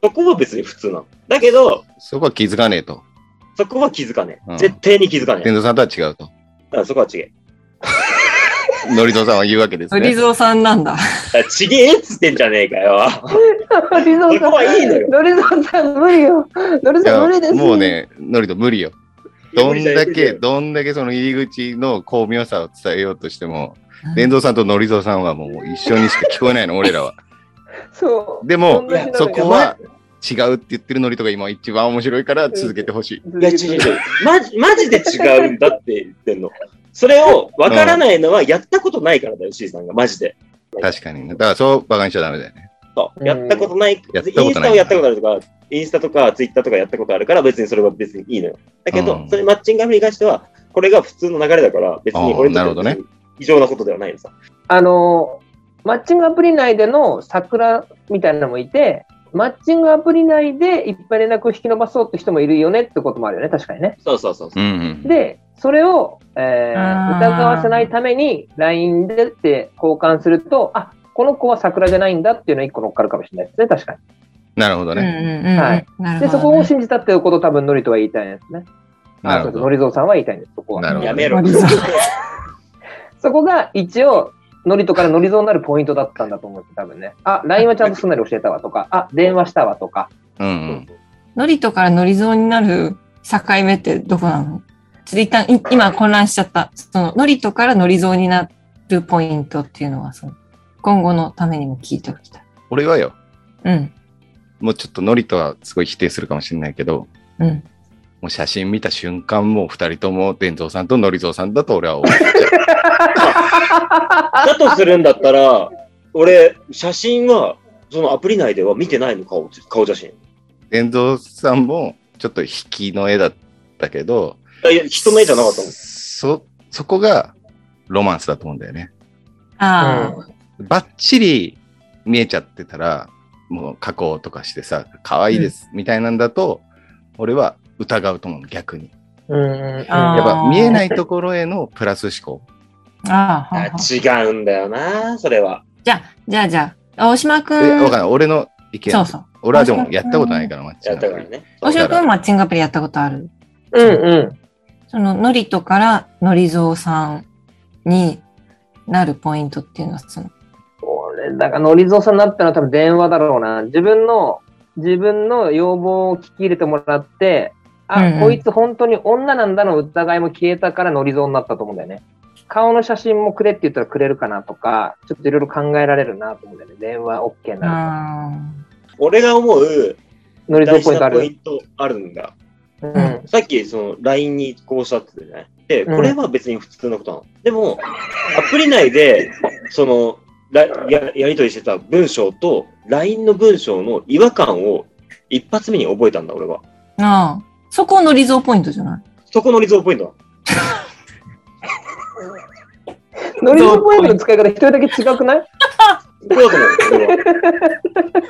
[SPEAKER 1] そこは別に普通なの。だけど、
[SPEAKER 3] そこは気づかねえと。
[SPEAKER 1] そこは気づかねえ。
[SPEAKER 3] うん
[SPEAKER 1] 絶対に気づかねえ。
[SPEAKER 3] 伝道さんとは違うと。
[SPEAKER 1] だからそこは違え。
[SPEAKER 3] ノリゾウさんは言うわけです
[SPEAKER 2] ノリ
[SPEAKER 3] ね。
[SPEAKER 2] ゾーさんなんだ。
[SPEAKER 1] だからちげえっつってんじゃねえかよ。
[SPEAKER 4] ノリゾー
[SPEAKER 1] そ
[SPEAKER 4] さ
[SPEAKER 1] こ
[SPEAKER 4] ん。
[SPEAKER 1] はいいのよ。
[SPEAKER 4] ノリゾーさん無理よ。ノリ
[SPEAKER 3] い
[SPEAKER 4] ゾ
[SPEAKER 3] や
[SPEAKER 4] ー無理です。
[SPEAKER 3] もう。ね、ノリゾウ無理よ。どんだ
[SPEAKER 1] 無理だ
[SPEAKER 3] け、
[SPEAKER 1] よ
[SPEAKER 3] どんだけその入り口の巧妙さを伝えようとしても、伝道さんとノリゾウさんはもう一緒にしか聞こえないの、俺らは。
[SPEAKER 4] そう。
[SPEAKER 3] でも
[SPEAKER 4] 同じの、が
[SPEAKER 3] そこは違うって言ってるノリとが今一番面白いから続けてほしい。
[SPEAKER 1] いや、違う違う違う。マジ、マジで違うんだって言ってんの。それを分からないのはやったことないからだよ、C さんが。マジで。
[SPEAKER 3] 確かにね。だからそうバカにしちゃダメだよね。
[SPEAKER 1] そう。
[SPEAKER 4] うん
[SPEAKER 1] やったことない。
[SPEAKER 3] やったことない
[SPEAKER 1] インスタをやったことあるとか、インスタとかツイッターとかやったことあるから、別にそれは別にいいのよ。だけど、
[SPEAKER 3] うん
[SPEAKER 1] それマッチングアプリに関しては、これが普通の流れだから、別に俺にと
[SPEAKER 3] あーなる
[SPEAKER 1] っ
[SPEAKER 3] ほ
[SPEAKER 1] て
[SPEAKER 3] ど
[SPEAKER 1] は
[SPEAKER 3] ね
[SPEAKER 1] 別に異常なことではないのさ。
[SPEAKER 4] あの、マッチングアプリ内での桜みたいなのもいて、マッチングアプリ内でいっぱい連絡を引き伸ばそうって人もいるよねってこともあるよね、確かにね。
[SPEAKER 1] そうそうそうそう
[SPEAKER 3] う。ん、うん。
[SPEAKER 4] で、それを、え
[SPEAKER 2] あ
[SPEAKER 4] ー
[SPEAKER 2] ー
[SPEAKER 4] 疑わせないために LINE でって交換すると、あこの子は桜じゃないんだっていうのが一個乗っかるかもしれないですね、確か
[SPEAKER 3] なるほど
[SPEAKER 2] うんう
[SPEAKER 3] ね。
[SPEAKER 2] んうん。
[SPEAKER 4] はい
[SPEAKER 2] なる
[SPEAKER 4] に。で、
[SPEAKER 2] ほどね。
[SPEAKER 4] そこを信じたっていうことを多分ノリとは言いたいんですね。
[SPEAKER 3] な
[SPEAKER 4] あ
[SPEAKER 3] る
[SPEAKER 4] そ
[SPEAKER 3] ほ
[SPEAKER 4] うそう
[SPEAKER 3] ど
[SPEAKER 4] ノ。リゾウさんは言いたいんです、そこ
[SPEAKER 3] な
[SPEAKER 4] は。
[SPEAKER 3] るほど
[SPEAKER 1] やめろ。
[SPEAKER 2] ノリゾー
[SPEAKER 4] そこが一応、ノリとからノリゾウになるポイントだったんだと思うんです多分ね。 あ、LINE はちゃんとすんなり教えたわとか、あ、電話したわとか、
[SPEAKER 3] うんうん。
[SPEAKER 2] ノリとからノリゾーになる境目ってどこなのちょっと一旦、い今混乱しちゃった。その、ノリとからノリゾーになるポイントっていうのは、その、今後のためにも聞いておきたい。
[SPEAKER 3] 俺はよ、
[SPEAKER 2] うん。
[SPEAKER 3] もうちょっとノリとはすごい否定するかもしれないけど、
[SPEAKER 2] うん。
[SPEAKER 3] もう写真見た瞬間、もう二人とも伝蔵さんとノリゾウさんだと俺 は思う。
[SPEAKER 1] だとするんだったら、俺、写真は、そのアプリ内では見てないの、顔、顔写真。
[SPEAKER 3] 伝蔵さんもちょっと引きの絵だったけど、
[SPEAKER 1] いや、人の絵じゃなかったもん。
[SPEAKER 3] そ、そこがロマンスだと思うんだよね。
[SPEAKER 2] ああ、
[SPEAKER 3] バッチリ見えちゃってたら、もう加工とかしてさ、可愛いです、みたいなんだと、俺は疑うと思うの、逆に。
[SPEAKER 4] うん。
[SPEAKER 3] やっ
[SPEAKER 2] あ
[SPEAKER 3] ぱ
[SPEAKER 2] ー
[SPEAKER 3] 見えないところへのプラス思考。
[SPEAKER 2] ああ、はんはん
[SPEAKER 1] あ違うんだよな、それは。
[SPEAKER 2] じゃあ、じゃあ、じゃあ、大島く
[SPEAKER 3] え、
[SPEAKER 2] ん。
[SPEAKER 3] わかんない。俺の意見。
[SPEAKER 2] そうそう。
[SPEAKER 3] 俺はでもやったことないから、マッチ
[SPEAKER 1] や
[SPEAKER 3] ン
[SPEAKER 1] っ
[SPEAKER 3] グ
[SPEAKER 1] た
[SPEAKER 3] ア
[SPEAKER 1] か
[SPEAKER 3] プ
[SPEAKER 1] ら
[SPEAKER 3] リ。
[SPEAKER 1] ね。
[SPEAKER 2] 大島く
[SPEAKER 3] だか
[SPEAKER 2] んマッチングアプリやったことある
[SPEAKER 4] うんうん。
[SPEAKER 2] その、ノリとからノリゾーさんになるポイントっていうのは、その、
[SPEAKER 4] これ、だから、ノリゾーさんになったのは多分電話だろうな。自分の、自分の要望を聞き入れてもらって、あ、
[SPEAKER 2] うんうん
[SPEAKER 4] こいつ本当に女なんだの疑いも消えたからノリゾーになったと思うんだよね。顔の写真もくれって言ったらくれるかなとか、ちょっといろいろ考えられるなと思うんだよね。電話 OK になる
[SPEAKER 2] ああ、
[SPEAKER 1] 俺が思う
[SPEAKER 4] と。ノリゾ
[SPEAKER 1] 大
[SPEAKER 4] ーポ
[SPEAKER 1] 事
[SPEAKER 4] イントあ
[SPEAKER 1] なポイ
[SPEAKER 4] る。
[SPEAKER 1] ントあるんだ。
[SPEAKER 4] うん。
[SPEAKER 1] さっき、その、LINE に移行したって言ったじゃないで、
[SPEAKER 4] うん
[SPEAKER 1] これは別に普通のことなの。でも、アプリ内で、その、らややりとりしてた文章と LINE の文章の違和感を一発目に覚えたんだ、俺は。
[SPEAKER 2] ああ、そこノリゾーポイントじゃない
[SPEAKER 1] そこのリゾーポイントなの
[SPEAKER 4] ノリゾーポイントの使い方一人だけ違くない
[SPEAKER 1] そうだと思う俺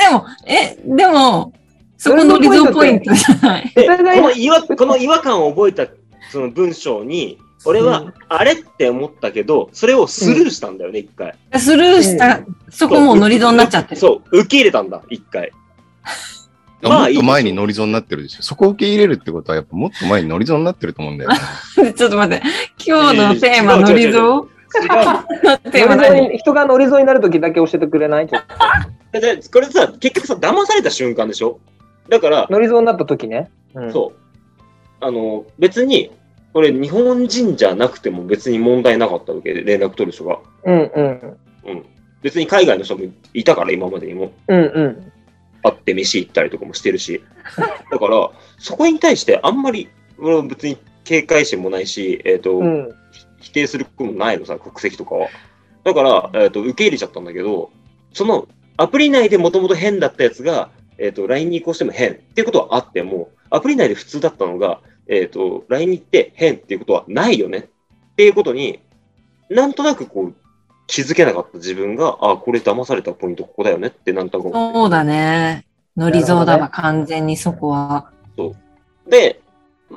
[SPEAKER 1] は。
[SPEAKER 2] え、でも、え、でも、そこのリゾポイントじゃない。
[SPEAKER 1] で、
[SPEAKER 4] お
[SPEAKER 1] こ
[SPEAKER 4] 互い
[SPEAKER 1] の違和この違和感を覚えたその文章に、俺
[SPEAKER 4] うん
[SPEAKER 1] は、あれって思ったけど、それをスルーしたんだよね、一回。
[SPEAKER 2] スルーした、そこもうノリゾになっちゃってる。
[SPEAKER 1] そう、受け入れたんだ、一回。
[SPEAKER 3] あ
[SPEAKER 1] まあ
[SPEAKER 3] もっ
[SPEAKER 1] いいで
[SPEAKER 3] と
[SPEAKER 1] す
[SPEAKER 3] 前に乗り損になってるでしょ。そこを受け入れるってことは、やっぱもっと前に乗り損になってると思うんだよ、ね。
[SPEAKER 2] ちょっと待って。今日のテーマ、
[SPEAKER 1] いやいや
[SPEAKER 2] ノ
[SPEAKER 1] 違う
[SPEAKER 2] リ
[SPEAKER 1] 違
[SPEAKER 2] ゾ
[SPEAKER 1] う
[SPEAKER 2] のテーマ
[SPEAKER 4] 乗り添い
[SPEAKER 2] 何
[SPEAKER 4] に人が乗り添いになるときだけ教えてくれないちょっと
[SPEAKER 1] だって これさ、結局さ、騙された瞬間でしょだから、
[SPEAKER 4] 乗り添いになったときね。うん
[SPEAKER 1] そう。あの、別に、これ日本人じゃなくても別に問題なかったわけで、連絡取る人が。
[SPEAKER 4] うんうん。
[SPEAKER 1] うん。別に海外の人もいたから、今までにも。
[SPEAKER 4] うんうん。
[SPEAKER 1] 会って飯行ったりとかもしてるし。だから、そこに対してあんまり、俺は別に警戒心もないし、えっ、と、
[SPEAKER 4] うん。
[SPEAKER 1] 否定することもないのさ、国籍とかは。だから、えっ、と、受け入れちゃったんだけど、そのアプリ内でもともと変だったやつが、えっ、と、LINE に移行しても変っていうことはあっても、アプリ内で普通だったのが、えっ、と、LINE に行って変っていうことはないよねっていうことに、なんとなくこう、気づけなかった自分が、あ、これ騙されたポイントここだよねってなんとなく思って
[SPEAKER 2] そうだね。ノリゾだ
[SPEAKER 4] な
[SPEAKER 2] わ、完全にそこは。
[SPEAKER 1] で、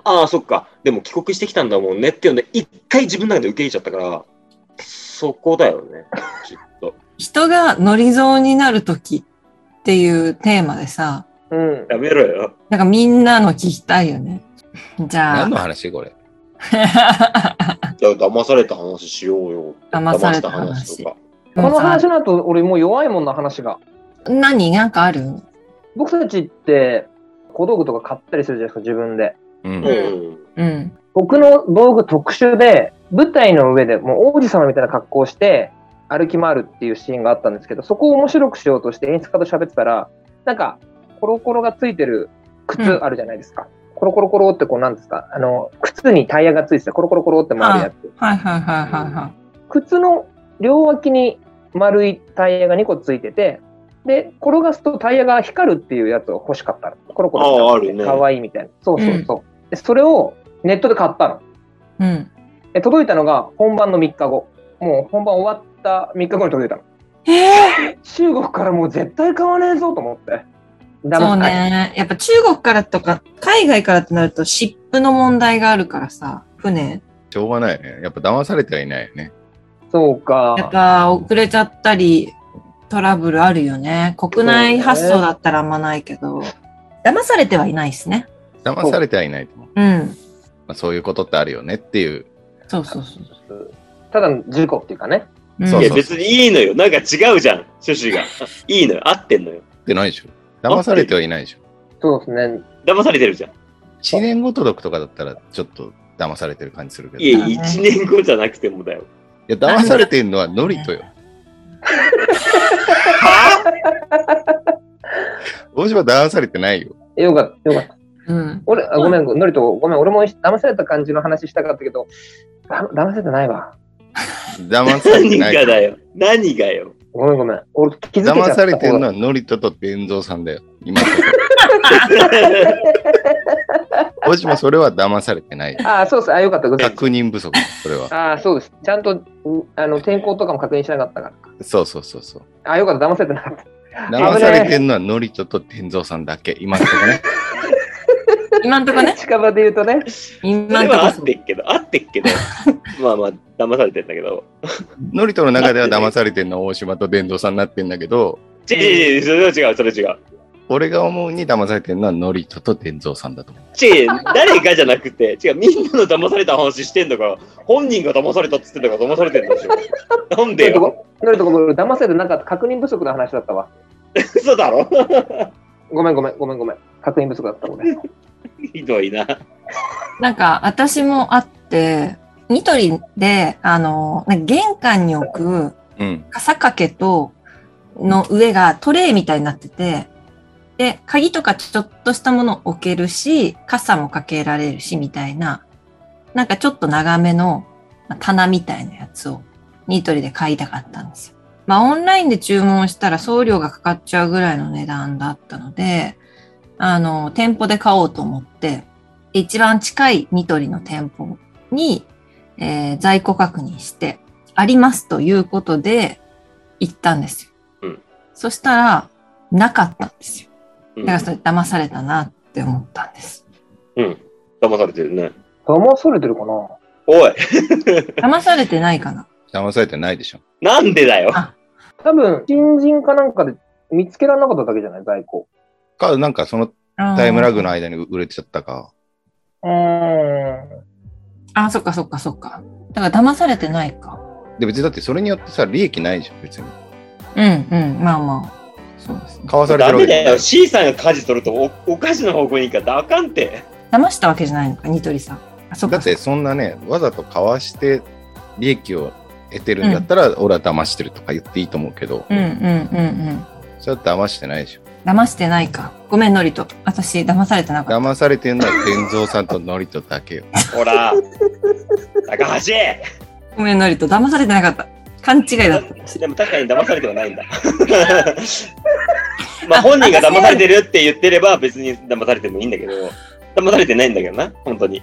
[SPEAKER 1] ああ、そっか、でも帰国してきたんだもんねっていうので、一回自分の中で受け入れちゃったから、そこだよね、きっと。
[SPEAKER 2] 人がノリゾになるときっていうテーマでさ、
[SPEAKER 4] うん。
[SPEAKER 1] やめろよ。
[SPEAKER 2] なんかみんなの聞きたいよ ね。じゃ
[SPEAKER 3] 何
[SPEAKER 2] あ
[SPEAKER 3] の、話これ。
[SPEAKER 1] いや騙された話しようよ。
[SPEAKER 2] 騙された話。
[SPEAKER 1] か。
[SPEAKER 4] この話
[SPEAKER 2] も
[SPEAKER 4] の後、俺もう弱いもんな話が。
[SPEAKER 2] うさ何なんかある
[SPEAKER 4] 僕たちって小道具とか買ったりするじゃないですか、自分で。
[SPEAKER 3] うん。
[SPEAKER 1] う。
[SPEAKER 3] うん
[SPEAKER 2] うん。
[SPEAKER 4] 僕の道具特殊で、舞台の上でもう王子様みたいな格好をして歩き回るっていうシーンがあったんですけど、そこを面白くしようとして演出家と喋ってたら、なんか、コロコロがついてる靴あるじゃないですか。コロコロコロってこうなんですかあの、靴にタイヤがついててコロコロコロって回るやつ。
[SPEAKER 2] はいはいはいはいは
[SPEAKER 4] 靴の両脇に丸いタイヤが2個ついてて、で、転がすとタイヤが光るっていうやつを欲しかったの。コロコ
[SPEAKER 1] ああ、
[SPEAKER 4] ロ
[SPEAKER 1] あるね。
[SPEAKER 4] かわいいみたいな。そうそうそう。でそれをネットで買ったの。
[SPEAKER 2] い。うん。
[SPEAKER 4] え届いたのが本番の3日後。もう本番終わった3日後に届いたの。
[SPEAKER 2] ええ
[SPEAKER 4] 中国からもう絶対買わねえぞと思って。だ
[SPEAKER 2] そう。ね。やっぱ中国からとか、海外からってなると、湿布の問題があるからさ、船。
[SPEAKER 3] しょうがないよね。やっぱ騙されてはいないよね。
[SPEAKER 4] そう
[SPEAKER 2] やっ
[SPEAKER 4] か。
[SPEAKER 2] ぱ遅れちゃったり、トラブルあるよね。国内発
[SPEAKER 4] そう
[SPEAKER 2] 想
[SPEAKER 4] ね
[SPEAKER 2] だったらあんまないけど、騙されてはいないですね。
[SPEAKER 3] 騙されてはいないと思う。
[SPEAKER 2] うん。
[SPEAKER 3] まあ、そういうことってあるよねっていう。
[SPEAKER 2] そうそうそう。
[SPEAKER 4] ただの事故っていうかね。
[SPEAKER 2] うん
[SPEAKER 3] そう
[SPEAKER 1] い
[SPEAKER 3] そう
[SPEAKER 1] や、別にいいのよ。なんか違うじゃん、趣旨が。 いいのよ。合ってんのよ。
[SPEAKER 3] ってないでしょ。騙されてはいないでしょ。
[SPEAKER 4] そうですね。
[SPEAKER 1] 騙されてるじゃん。
[SPEAKER 3] 1年ごと読とかだったら、ちょっと騙されてる感じするけど。
[SPEAKER 1] い
[SPEAKER 3] い
[SPEAKER 1] や、一年後じゃなくてもだよ。
[SPEAKER 3] や、騙されてるのはノリとよ。
[SPEAKER 1] は
[SPEAKER 3] 大島騙されてないよ。
[SPEAKER 4] よかった。よかった。
[SPEAKER 2] うん。
[SPEAKER 4] 俺、あごめん、ノリと、ごめん、俺も騙された感じの話したかったけど、だ騙されてないわ。
[SPEAKER 3] 騙されて
[SPEAKER 1] 何
[SPEAKER 3] な
[SPEAKER 1] が
[SPEAKER 3] い。
[SPEAKER 1] だよ。何が よ。
[SPEAKER 4] ごめんごめん。俺気づけちゃった。
[SPEAKER 3] 騙されてるのはノリとと伝蔵さんだよ。今のところ。大島それは騙され てないよ。
[SPEAKER 4] ああ、そうです。あよかった。ごめん
[SPEAKER 3] 確認不足、それは。
[SPEAKER 4] ああ、そうです。ちゃんと、うあの、天候とかも確認しなかったから。
[SPEAKER 3] そうそうそうそう。
[SPEAKER 4] ああ、よかった。騙されてなかった。
[SPEAKER 3] 騙されてるのはノリとと天蔵さんだけ。今のところね。
[SPEAKER 2] 今んとこね。
[SPEAKER 4] 近場で言うとね。
[SPEAKER 1] そ
[SPEAKER 2] 今
[SPEAKER 1] れ
[SPEAKER 2] んと
[SPEAKER 1] は合
[SPEAKER 2] こ
[SPEAKER 1] ってっけど、合ってっ けど。まあまあ、騙されてんだけど。
[SPEAKER 3] ノリとの中では騙されてるのは大島と天蔵さんになってんだけど、
[SPEAKER 1] 違う違う違う、それは違う、それは違う。
[SPEAKER 3] 俺が思うに騙されてるのはノリとと天蔵さんだと思う。
[SPEAKER 1] 違う、誰がじゃなくて、違う、みんなの騙された話してんだから、本人が騙されたっつってんだから騙されてんだでしょ。なんでよ。
[SPEAKER 4] ノリとごめん、俺騙されてなかった。確認不足の話だったわ。
[SPEAKER 1] 嘘だろ
[SPEAKER 4] ごめんごめん、ごめんごめん。確認不足だった、俺。
[SPEAKER 1] ひどいな。
[SPEAKER 2] なんか、私もあって、ニトリで、あの、なんか玄関に置く
[SPEAKER 3] うん。
[SPEAKER 2] 傘掛けと、の上がトレイみたいになってて、で、鍵とかちょっとしたもの置けるし、傘もかけられるし、みたいな、なんかちょっと長めのまあ棚みたいなやつをニトリで買いたかったんですよ。まあ、オンラインで注文したら送料がかかっちゃうぐらいの値段だったので、あの、店舗で買おうと思って、一番近いニトリの店舗に、えー在庫確認して、ありますということで、行ったんですよ。
[SPEAKER 1] うん
[SPEAKER 2] そしたら、なかったんですよ。
[SPEAKER 1] う
[SPEAKER 2] だ
[SPEAKER 1] ん
[SPEAKER 2] からそれ騙されたなって思ったんです。
[SPEAKER 1] うん。騙されてるね。
[SPEAKER 4] 騙されてるかな
[SPEAKER 1] おい、
[SPEAKER 2] 騙されてないかな
[SPEAKER 3] 騙されてないでしょ。
[SPEAKER 1] なんでだよ。
[SPEAKER 2] あ
[SPEAKER 4] 多分、新人かなんかで見つけられなかっただけじゃない在庫。
[SPEAKER 3] か、なんかその
[SPEAKER 2] あー
[SPEAKER 3] タイムラグの間に売れちゃったか。
[SPEAKER 4] うーん。
[SPEAKER 2] あ、そっかそっかそっか。だから騙されてないか。
[SPEAKER 3] で、別にだってそれによってさ、利益ないじゃん、別に。
[SPEAKER 2] うんうん、まあまあ。そうですね。
[SPEAKER 3] 買わされて
[SPEAKER 1] ダ
[SPEAKER 3] るわ
[SPEAKER 1] メ
[SPEAKER 3] けじ
[SPEAKER 1] だ
[SPEAKER 3] ゃない
[SPEAKER 1] よ。C さんが舵取るとおおかしな方向に行くから、あかんって。
[SPEAKER 2] 騙したわけじゃないのか、ニトリさん。あ、そっ
[SPEAKER 3] だ
[SPEAKER 2] か
[SPEAKER 3] ってそんなね、わざとかわして利益を得てるんだったら、俺は騙してるとか言っていいと思うけど、
[SPEAKER 2] うんうんうんうん。
[SPEAKER 3] それは騙してないでしょ。
[SPEAKER 2] 騙してないか。ごめん、ノリと。私、騙されてなかっ
[SPEAKER 3] 騙されてるのは天蔵さんとノリとだけよ。
[SPEAKER 1] ほら、高橋
[SPEAKER 2] た。ごめん、ノリと。騙されてなかった。勘違いだった。
[SPEAKER 1] でも確かに騙されてはないんだ。 まあ本人が騙されてるって言ってれば別に騙されてもいいんだけど、騙されてないんだけどな、本当に。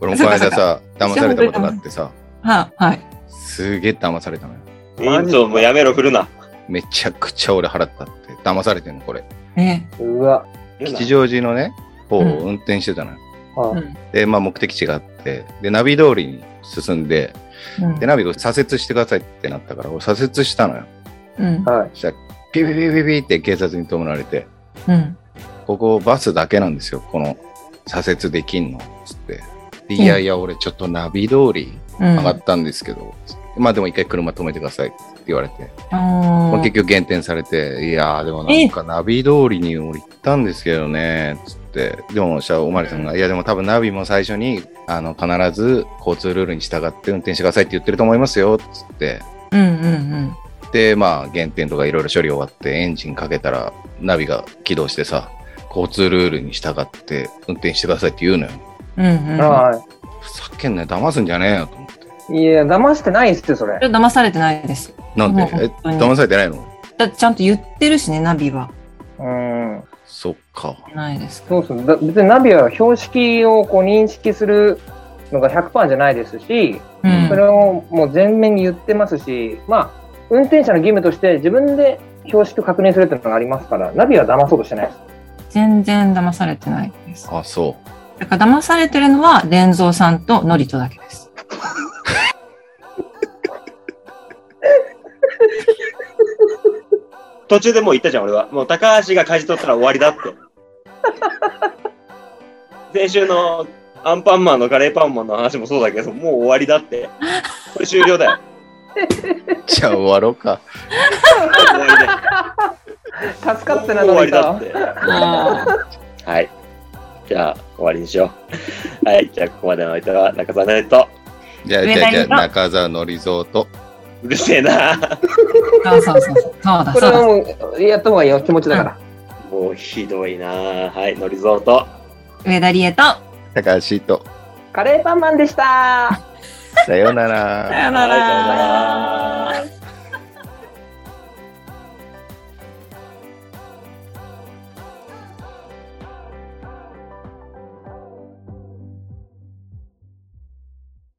[SPEAKER 3] 俺もこの間さ、
[SPEAKER 2] そっ
[SPEAKER 3] 騙
[SPEAKER 2] か
[SPEAKER 3] されたことがあってさ、
[SPEAKER 2] はあ、はい。
[SPEAKER 3] すげえ騙されたのよ。
[SPEAKER 1] 院長もやめろ、振るな。
[SPEAKER 3] めちゃくちゃ俺払ったって。騙されてんの、これ。
[SPEAKER 2] え
[SPEAKER 4] うわ。
[SPEAKER 1] 振るな
[SPEAKER 3] 吉祥寺のね、方を運転してたのよ。
[SPEAKER 4] あ
[SPEAKER 2] え。
[SPEAKER 3] で、まあ目的地があって、で、ナビ通りに進んで、
[SPEAKER 2] うん。うん
[SPEAKER 3] で、ナビが左折してくださいってなったから、俺左折したのよ。
[SPEAKER 2] うん。
[SPEAKER 4] はい。
[SPEAKER 3] そしたら、ピピピピピって警察に止められて、
[SPEAKER 2] うん。
[SPEAKER 3] ここバスだけなんですよ、この左折できんの、つって。でいやいや、俺ちょっとナビ通り
[SPEAKER 2] うん。
[SPEAKER 3] 上がったんですけど、つってまあでも一回車止めてくださいって言われて、
[SPEAKER 2] あ
[SPEAKER 3] まあ、
[SPEAKER 2] ー
[SPEAKER 3] 結局減点されて、いやーでもなんかナビ通りに俺行ったんですけどね、つって。でも、したらおまりさんが、いやでも多分ナビも最初に、あの、必ず交通ルールに従って運転してくださいって言ってると思いますよ、つって。
[SPEAKER 2] うんうん
[SPEAKER 3] で、まあ、減点とかいろいろ処理終わって、エンジンかけたら、ナビが起動してさ、交通ルールに従って運転してくださいって言うのよ。
[SPEAKER 2] うん。うんうん。そ
[SPEAKER 4] は
[SPEAKER 3] ふざけんなよ、騙すんじゃねえよと思って。
[SPEAKER 4] い。いや、騙してないっすよ、それ。
[SPEAKER 2] れ騙されてないです。
[SPEAKER 3] なんで、
[SPEAKER 2] もう
[SPEAKER 3] え
[SPEAKER 2] 本、当に
[SPEAKER 3] 騙されてないの
[SPEAKER 2] だってちゃんと言ってるしね、ナビは。
[SPEAKER 4] うん。
[SPEAKER 3] そっか。
[SPEAKER 2] ないです。
[SPEAKER 4] そうそう。だ別にナビは標識をこう認識するのが100%じゃないですし、
[SPEAKER 2] う
[SPEAKER 4] それ
[SPEAKER 2] ん。
[SPEAKER 4] をもう全面に言ってますし、まあ、運転者の義務として自分で標識を確認するっていうのがありますから、ナビは騙そうとしてないです。
[SPEAKER 2] 全然騙されてないです。
[SPEAKER 3] あ、そ
[SPEAKER 2] だから騙されてるのは、伝蔵さんとノリとだけです。
[SPEAKER 1] 途中でもう言ったじゃん、俺は。もう高橋が舵取ったら終わりだって。先週のアンパンマンのカレーパンマンの話もそうだけど、もう終わりだって。これ終了だよ。
[SPEAKER 3] う。じゃあ終わろうか。
[SPEAKER 1] 終わりだよ。
[SPEAKER 4] 助かってな
[SPEAKER 1] もう終わりだ
[SPEAKER 4] ナ
[SPEAKER 1] っ
[SPEAKER 4] ビ
[SPEAKER 1] て。はい。じゃあ、終わりにしよう。はい。じゃあ、ここまでの相手は中澤ナイト。
[SPEAKER 3] じゃあ、
[SPEAKER 2] 上
[SPEAKER 3] じ
[SPEAKER 2] 田
[SPEAKER 3] ゃあ、じゃ
[SPEAKER 2] に行
[SPEAKER 3] あ
[SPEAKER 2] こう
[SPEAKER 3] 中澤のリゾート。
[SPEAKER 1] うるせえな。
[SPEAKER 2] そうそうそうそう。そうだ、
[SPEAKER 4] これ
[SPEAKER 2] そう
[SPEAKER 4] は
[SPEAKER 2] だ。
[SPEAKER 4] もうやった方がいいよ、気持ちだから。
[SPEAKER 1] もうひどいな。はい。のリゾート。
[SPEAKER 2] 上田理恵と。
[SPEAKER 3] 高橋と。
[SPEAKER 4] カレーパンマンでした
[SPEAKER 3] さようなら
[SPEAKER 2] さ。よ
[SPEAKER 1] はいさようなら